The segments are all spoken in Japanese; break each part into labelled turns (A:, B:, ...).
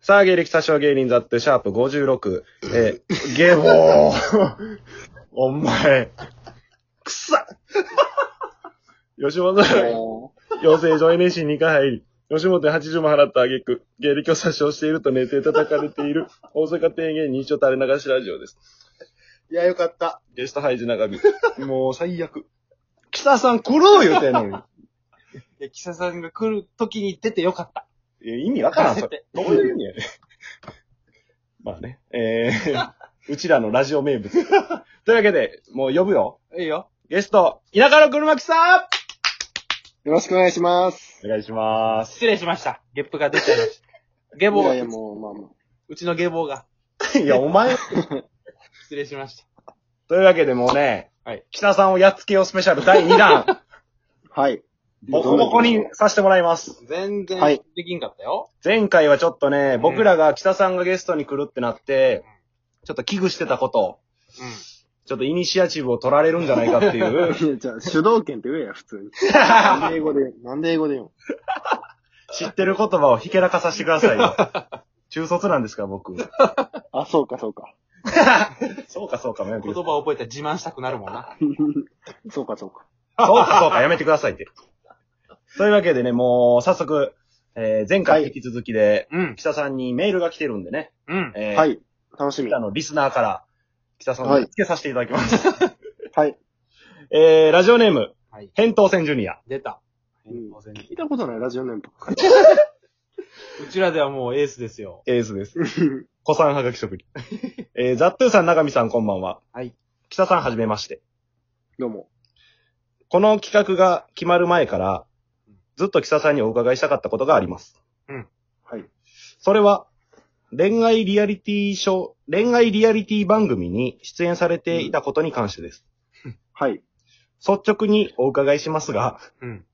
A: さあ、芸歴詐称芸人ザットシャープ56。えー、ゲボ ー。お前、くさ吉本の
B: も
A: 養成所 NSC に回入り、吉本に80万払った挙句、芸歴を詐称していると寝て叩かれている、大阪提言認証垂れ流しラジオです。
B: ういや、よかった。
A: ゲストハイジ長 見。もう最 悪。
B: 草さん来ろう言うてんのに。いや、草さんが来る時に出てよかった。
A: え、意味わからん、 それ。どういう意味やねん。まあね。え ー、うちらのラジオ名物。というわけで、もう呼ぶよ。
B: いいよ。
A: ゲスト、田舎の車木さん
C: よろしくお願いします。
A: お願いしまー す。
B: 失礼しました。ゲップが出ちゃいました。ゲ
C: い
B: ボ
C: やいや、
B: が、
C: もう、まあまあ。
B: うちのゲボが
A: いや、お前。
B: 失礼しました。
A: というわけでもうね、
B: はい
A: 北さんをやっつけようスペシャル第2弾、
C: はい。
A: ボコボコにさせてもらいます。
B: 全然
C: はい
B: できんかったよ。
A: 前回はちょっとね、僕らが北さんがゲストに来るってなって、ちょっと危惧してたこと、ちょっとイニシアチブを取られるんじゃないかっていう、
C: いや じゃあ、主導権って上や、普通に。なんで英語で、なんで英語でよ。
A: 知ってる言葉をひけらかさせてください よ。中卒なんですか、僕。
C: あ、そうか、そうか。
A: そうか、そうか、やめてくだ
B: 言
A: さい。
B: 葉を覚えたら自慢したくなるもんな。
C: そうか、そうか。
A: そうか、そうか、やめてくださいって。というわけでね、もう、早速、えー前回引き続きで、
B: うん。
A: 北さんにメールが来てるんでね、
B: うん。
A: えー
C: はい。楽しみ。
A: あ
C: は
A: の、リスナーから、北さんを
C: はい
A: つけさせていただきます。
C: い。
A: えー、ラジオネーム、
B: はい
A: 扁桃腺ジュニア。
B: 出た。
C: うん
B: 当然
C: 聞いたことない、ラジオネームばっかり。
B: うちらではもうエースですよ。
A: エースです。 子さんはがき職人。えー、ザットゥーさん、中見さん、こんばんは。
B: はい。
A: 北さん、はじめまして。
C: どうも。
A: この企画が決まる前から、ずっと北さんにお伺いしたかったことがあります。
C: はい。
A: それは、恋愛リアリティショー、恋愛リアリティ番組に出演されていたことに関してです。
C: はい。
A: 率直にお伺いしますが、
B: うん。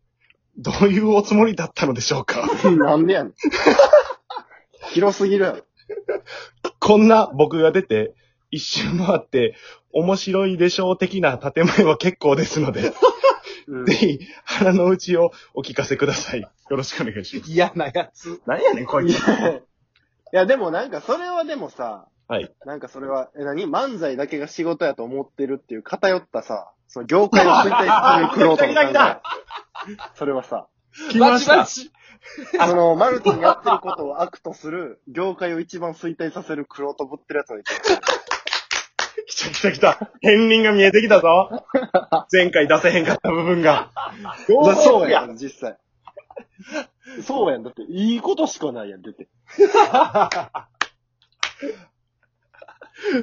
A: どういうおつもりだったのでしょうか
C: なんで やねん。広すぎるやろ。
A: こんな僕が出て、一周回って、面白いでしょう的な建前は結構ですので、
C: うん
A: ぜひ、腹の内をお聞かせください。よろしくお願いします。
B: 嫌なやつ。
A: 何やねん、こい
C: い
A: つ。
C: やいや、でもなんか、それはでもさ、
A: はい。
C: なんかそれは、え、何漫才だけが仕事やと思ってるっていう偏ったさ、その業界を衰退する苦労との考
A: 来た
C: えそれはさ、
A: 来ました
B: バチ
C: あの、マルチにやってることを悪とする、業界を一番衰退させる苦労とぶってるやつがいて。
A: 来た来た来た。片鱗が見えてきたぞ。前回出せへんかった部分が。
C: まあそうや
A: や。
C: ん、実際。そうやん、だって、いいことしかないやん、出て。
B: バ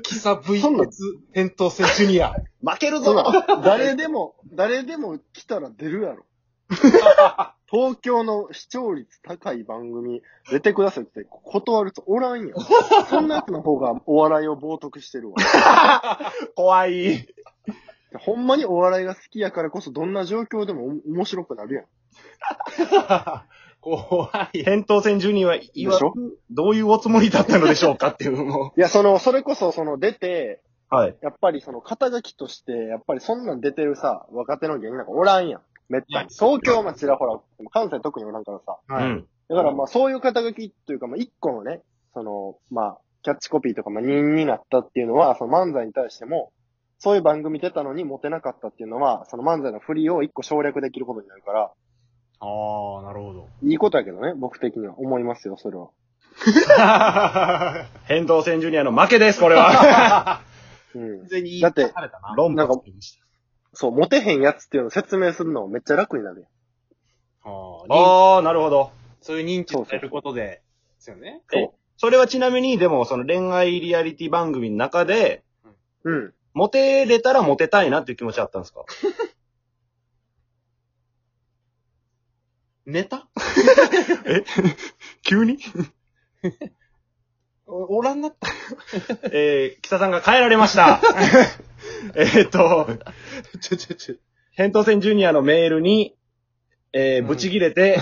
B: チキサ
C: そんな
B: VS 扁桃腺ジュニア。
A: 負ける
C: そん
A: ぞ。
C: な、誰でも、誰でも来たら出るや ろ。東京の視聴率高い番組出てくださいって断るとおらんよ。そんなやつの方がお笑いを冒涜してるわ。
A: 怖い。
C: ほんまにお笑いが好きやからこそどんな状況でもお面白くなるやん。
B: 怖い。
A: 返答戦ジュニアは
C: で
A: 言わ
C: しょ
A: どういうおつもりだったのでしょうかっていうも
C: いや、その、それこそその出て、
A: う。 はい。
C: やっぱりその肩書きとして、やっぱりそんなん出てるさ、若手の芸人なんかおらんやん。めった
B: いや
C: に。東京もちらほら、でも関西特におらんからさ。
A: う
B: はい。
A: ん。
C: だからまあそういう肩書きというか、まあ一個のね、その、まあ、キャッチコピーとか、まあ人になったっていうのは、その漫才に対しても、そういう番組出たのにモテなかったっていうのは、その漫才の振りを一個省略できることになるから、
B: あー、なるほど。
C: いいことやけどね、僕的には思いますよ、それは。
A: 返答戦ジュニアの負けです、これは。
C: うん
B: 完。全に
C: だって
B: されたな。
A: 論破
C: なんかそう、モテへんやつっていうのを説明するのめっちゃ楽になるやん。
B: ああ、
A: あー、なるほど。
B: そういう認知されることで、ですよね。
C: そう。
A: それはちなみに、でも、その恋愛リアリティ番組の中で、
C: うん。
A: モテれたらモテたいなっていう気持ちあったんですか
B: ネタ
A: 急に
B: おおらんなった。
A: えー、北さんが変えられま した。えーっと、
B: ちょちょちょ。
A: 扁桃腺ジュニアのメールに、えー、ブチ切れて、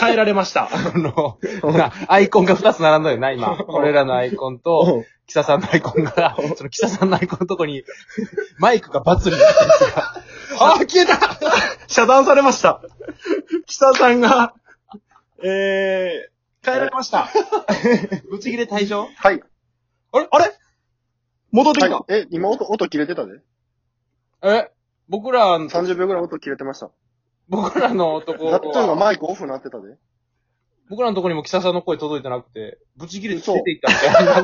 A: 変えられま した。
B: あの、なアイコンが2つ並んだよな、今。俺らのアイコンと、キサさんのアイコンが、そのキサさんのアイコンのとこに、マイクがバツになってるんですが。あー、消えた
A: 遮断されました。北さんが、えー、
B: 帰られました。ぶち切れ退場
C: はい。
B: あれあれ戻ってき
C: は
B: た
C: い、え、今音、音切れてたで。
B: え僕ら、
C: 30秒ぐらい音切れてました。
B: 僕らのとこ
C: なっちゃんが
B: は、
C: マイクオフなってたで。
B: 僕らのとこにもキサさんの声届いてなくて、ぶち切れて
C: 嘘
B: 出ていったみた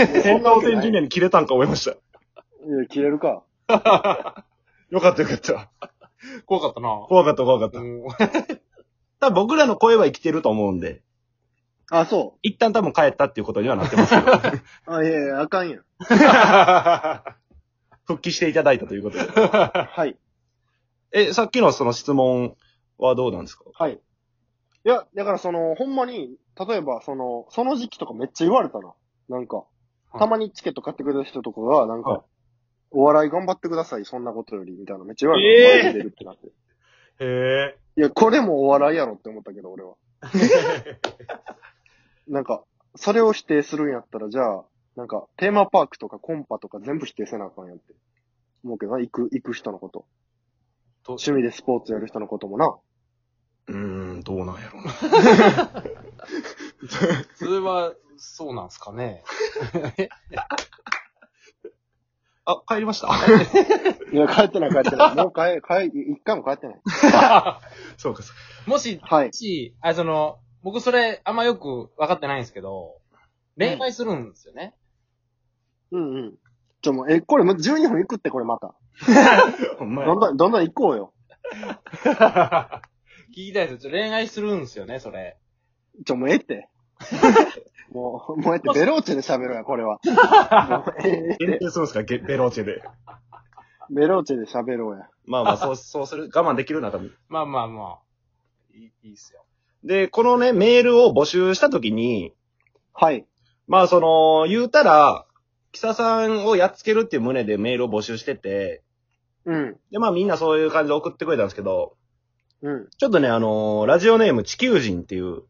B: いな。
A: 天皇戦ジュニアに切れたんか思いました。
C: いや、切れるか。
A: よかったよかった。
B: 怖かったな。
A: 怖かった怖かった。
B: うん
A: 多分僕らの声は生きてると思うんで、
C: あ、そ
A: 一旦多分帰ったっていうことにはな ってますけど。
C: う。あ、いやいや、あかんやん。
A: 復帰していただいたということで。
C: はい。
A: え、さっきのその質問はどうなんですか
C: はい。いや、だからその、ほんまに、例えば、その、その時期とかめっちゃ言われたな。なんか、
B: い
C: たまにチケット買ってくれる人とかが、なんか、
A: はい
C: お笑い頑張ってください、そんなことより、みたいなめっちゃ言わ
A: え
C: れ
A: え
C: た。マジで出るってなって。
A: へ
C: いや、これもお笑いやろって思ったけど、俺は。
A: え。
C: なんか、それを否定するんやったら、じゃあ、なんか、テーマパークとかコンパとか全部否定せなあかんやんって。思うけどな、行く、行く人のこと。
B: ど
C: 趣味でスポーツやる人のこともな。
A: うーん、どうなんやろうな。
B: それは、そうなんすかね。
A: あ、帰りました
C: いや、帰ってない、帰ってない。 もう帰、帰、一回も帰ってない。
A: そうか、そうか。
B: もし、
C: はい
B: も。し、あ、その、僕それ、あんまよく分かってないんですけど、恋愛するんですよね。
C: うんうん。ちょ、もう、え、これ、もう12分行くって、これまた。
A: お前
C: どんどん、どんどん行こうよ。
B: 聞きたいです。ちょ恋愛するんですよね、それ。
C: ちょ、もうええって。もう、もうええって、ベローチェで喋ろうや、これは。もうええって
A: 限定するんですかゲベローチェで。
C: ベローチェで喋ろうや。
A: まあまあ、そう、そうする。我慢できるな、多分。
B: まあまあまあ。いいいいっすよ。
A: で、このね、メールを募集したときに、
C: はい。
A: まあその、言うたら、キサさんをやっつけるっていう旨でメールを募集してて、
C: うん。
A: で、まあみんなそういう感じで送ってくれたんですけど、
C: うん。
A: ちょっとね、あのーラジオネーム地球人っていう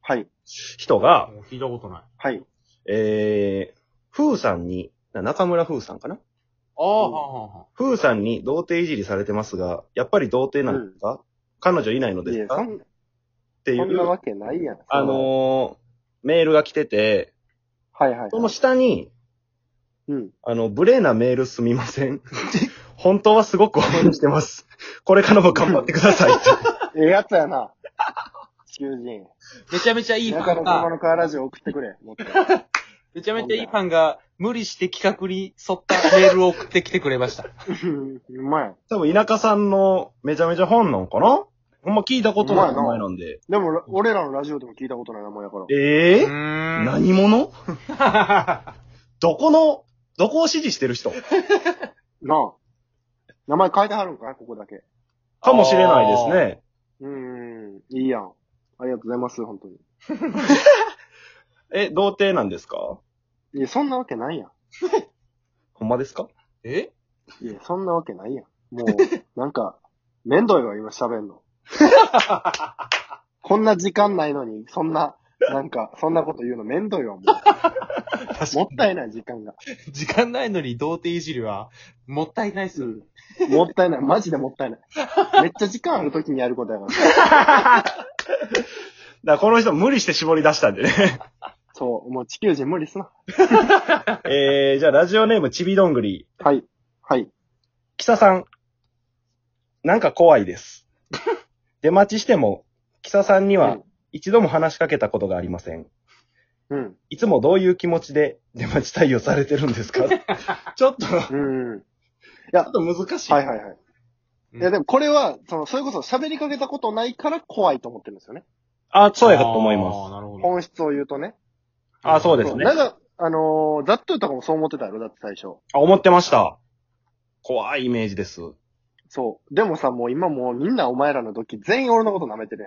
C: はい。
A: 人が、
B: もう聞いたことない。
C: はい。
A: えー、ふーさんに、な中村ふーさんかな
B: ああ、
C: うん
B: はんはんはん。
A: ふーさんに童貞いじりされてますが、やっぱり童貞なんですか、彼女いないので
C: い
A: す
C: や、
A: か
C: そ
A: っ
C: ん
A: てい
C: そんな
A: う、
C: わけないやん。
A: あのーメールが来てて、
C: はいはいはい。
A: その下に、
C: うん。
A: あの、無礼なメールすみませ ん。本当はすごく応援してます。これからも頑張ってくだ さいって。
C: ええやつ やな。地球人。
B: めちゃめちゃいいフ
C: 中
B: ァン
C: 野熊
B: が、
C: の川ラジオ送ってくれ。もっと
B: めちゃめちゃいいファンが、無理して企画に沿ったメールを送ってきてくれました。
C: うんうまい。
A: 多分、田舎さんのめちゃめちゃ本能かなほんま聞いたことない名前なんで。
C: でも、俺らのラジオでも聞いたことない名前やから。
A: え
B: う
A: え
B: ーん。
A: 何者どこの、どこを指示してる人
C: なあ。名前変えてはるんかな、ここだけ。
A: かもしれないですね。
C: うーん。いいやん。ありがとうございます、本当に。
A: え、童貞なんですか
C: いや、そんなわけないや
A: ほんまですか
B: え
C: ん。いや、そんなわけないやん。もう、なんか、めんどいわ、今喋んの。こんな時間ないのに、そんな、なんか、そんなこと言うのめんどいわ、もう。もったいない、時間が。
B: 時間ないのに童貞いじりは、もったいないっすよ。
C: うん。もったいない。マジでもったいない。めっちゃ時間ある時にやることやか
A: だ
C: ら。
A: からこの人無理して絞り出したんでね。
C: そう。もう地球人無理すな。
A: えー、じゃあラジオネームちびどんぐり。
C: はい。はい。
A: キサさん。なんか怖いです。出待ちしても、キサさんには一度も話しかけたことがありません。
C: うん。
A: いつもどういう気持ちで出待ち対応されてるんですか ちょっと、ちょ
C: うんうん。
A: っと難しい。
C: はいはいはい。
B: うん
C: いや、でもこれは、その、それこそ喋りかけたことないから怖いと思ってるんですよね。
A: あ、そうやかと思い
B: ああ、
A: ます。
B: なるほど。
C: 本質を言うとね。
A: あそうですね
C: なんか、あのー、ざっととかもそう思ってたやろ、だって最初。
A: あ、思ってました。怖いイメージです。
C: そう。でもさ、もう今もうみんなお前らの時全員俺のこと舐めてる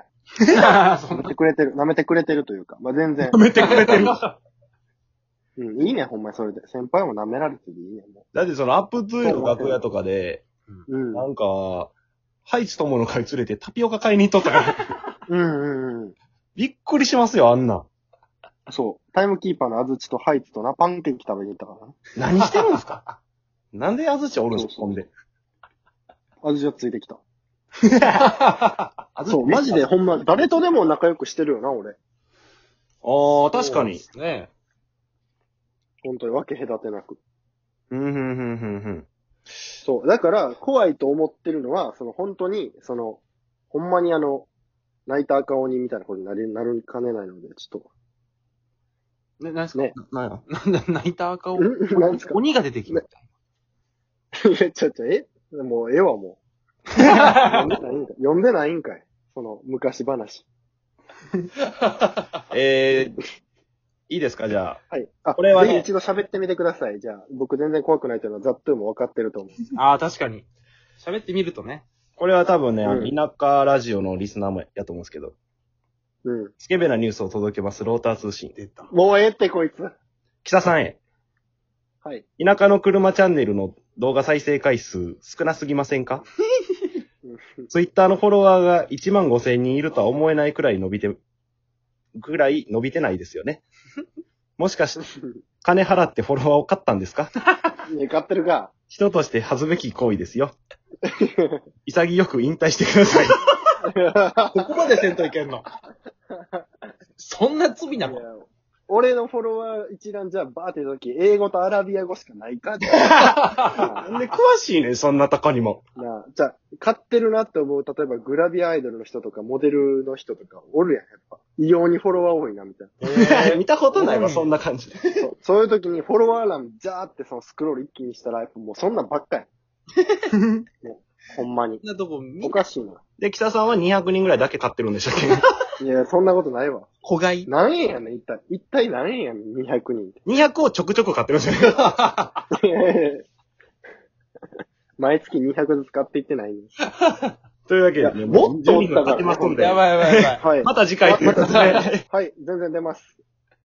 C: やん。
B: そ ん
C: 舐めてくれてる、舐めてくれてるというか。まあ、全 然。
A: めてくれてる。
C: うん、いいね、ほんまにそれで。先輩も舐められてるいいね、も
A: だってそのアップトゥーの楽屋とかで、
C: う。うん。
A: なんか、ハイチ友の会連れてタピオカ買いに行っとった から、
C: うんうんうん。
A: びっくりしますよ、あんなん。
C: そう。タイムキーパーのあずちとハイツとな、パンケーキ食べに行ったからな。
A: 何してるんですか なんであずちおるんですか、
C: そ
A: ほ
C: うそう
A: ん で。
C: あずちはついてきた。
A: あ
C: そう、マジで。ほんま、誰とでも仲良くしてるよな、俺。
A: ああ、確かに。
B: そうですね。
C: 本当に分け隔てなく。
A: うん、うん、うん、うん、うん。
C: そう。だから、怖いと思ってるのは、その本当に、その、ほんまにあの、泣いた赤鬼みたいなことになり、なりかねないので、ちょっ
B: ね、何す
C: ね
A: なんや。
B: か、なんだ、泣いた赤
C: と。
B: を、
C: んなんですか
B: 鬼が出てきたみたい
C: いや、ちょちょ、 えもう、ええわ、も う。読んでないん かい。読んでないんかい。その、昔話。
A: えー、いいですか、じゃあ。
C: はい。あ、
A: これはね
C: ぜひ一度喋ってみてください。じゃあ、僕全然怖くないというのは、ざっとも分かってると思う。
B: な。ああー、確かに。喋ってみるとね。
A: これは多分ね、あの
C: うん
A: 田舎ラジオのリスナーもやと思うんですけど、
C: うん。
A: スケベなニュースを届けます、ローター通信。
B: 出た。
C: もうええって、こいつ。
A: キサさんへ、
C: はい。
A: 田舎の車チャンネルの動画再生回数少なすぎませんかツイッターのフォロワーが1万5千人いるとは思えないくらい伸びて、ぐらい伸びてないですよね。もしかして、金払ってフォロワーを買ったんですか
C: ね、買って るか。
A: 人として恥ずべき行為ですよ。潔く引退してください。
B: ここまでせんといけんの。 そんな罪ないの
C: や俺のフォロワー一覧じゃあバーって言った時、英語とアラビア語しか な いか
A: な
C: なん
A: で詳しいねん、そんなとこにも。
C: あじゃあ、買ってるなって思う、例えばグラビアアイドルの人とか、モデルの人とか、おるやん、やっぱ。異様にフォロワー多いな、みたい
B: え
A: 見たことないわ、
B: うん
A: そんな感じで。
C: な。そうそういう時に、フォロワー欄、ジャーってそのスクロール一気にしたら、やっぱもうそんなんばっかり。もうほんまに
B: そ。んなとこ見
C: お、かしいな。
A: で、北さんは200人ぐらいだけ買ってるんでしたっけ
C: いや、そんなことないわ。
B: 子 買い。
C: 何円やねん、一体。一体何円やねん、200人 って。
A: ?200 をちょくちょく買ってるんですよ。
C: 毎月200ずつ買っていってないね。
A: というわけでね、
C: いや
A: もっとおった
C: もっとおったから
A: 買ってますんで。
B: やばいやばいや
C: は
B: ばい。
C: い。
A: また次回ということで。
C: はい、全然出ます。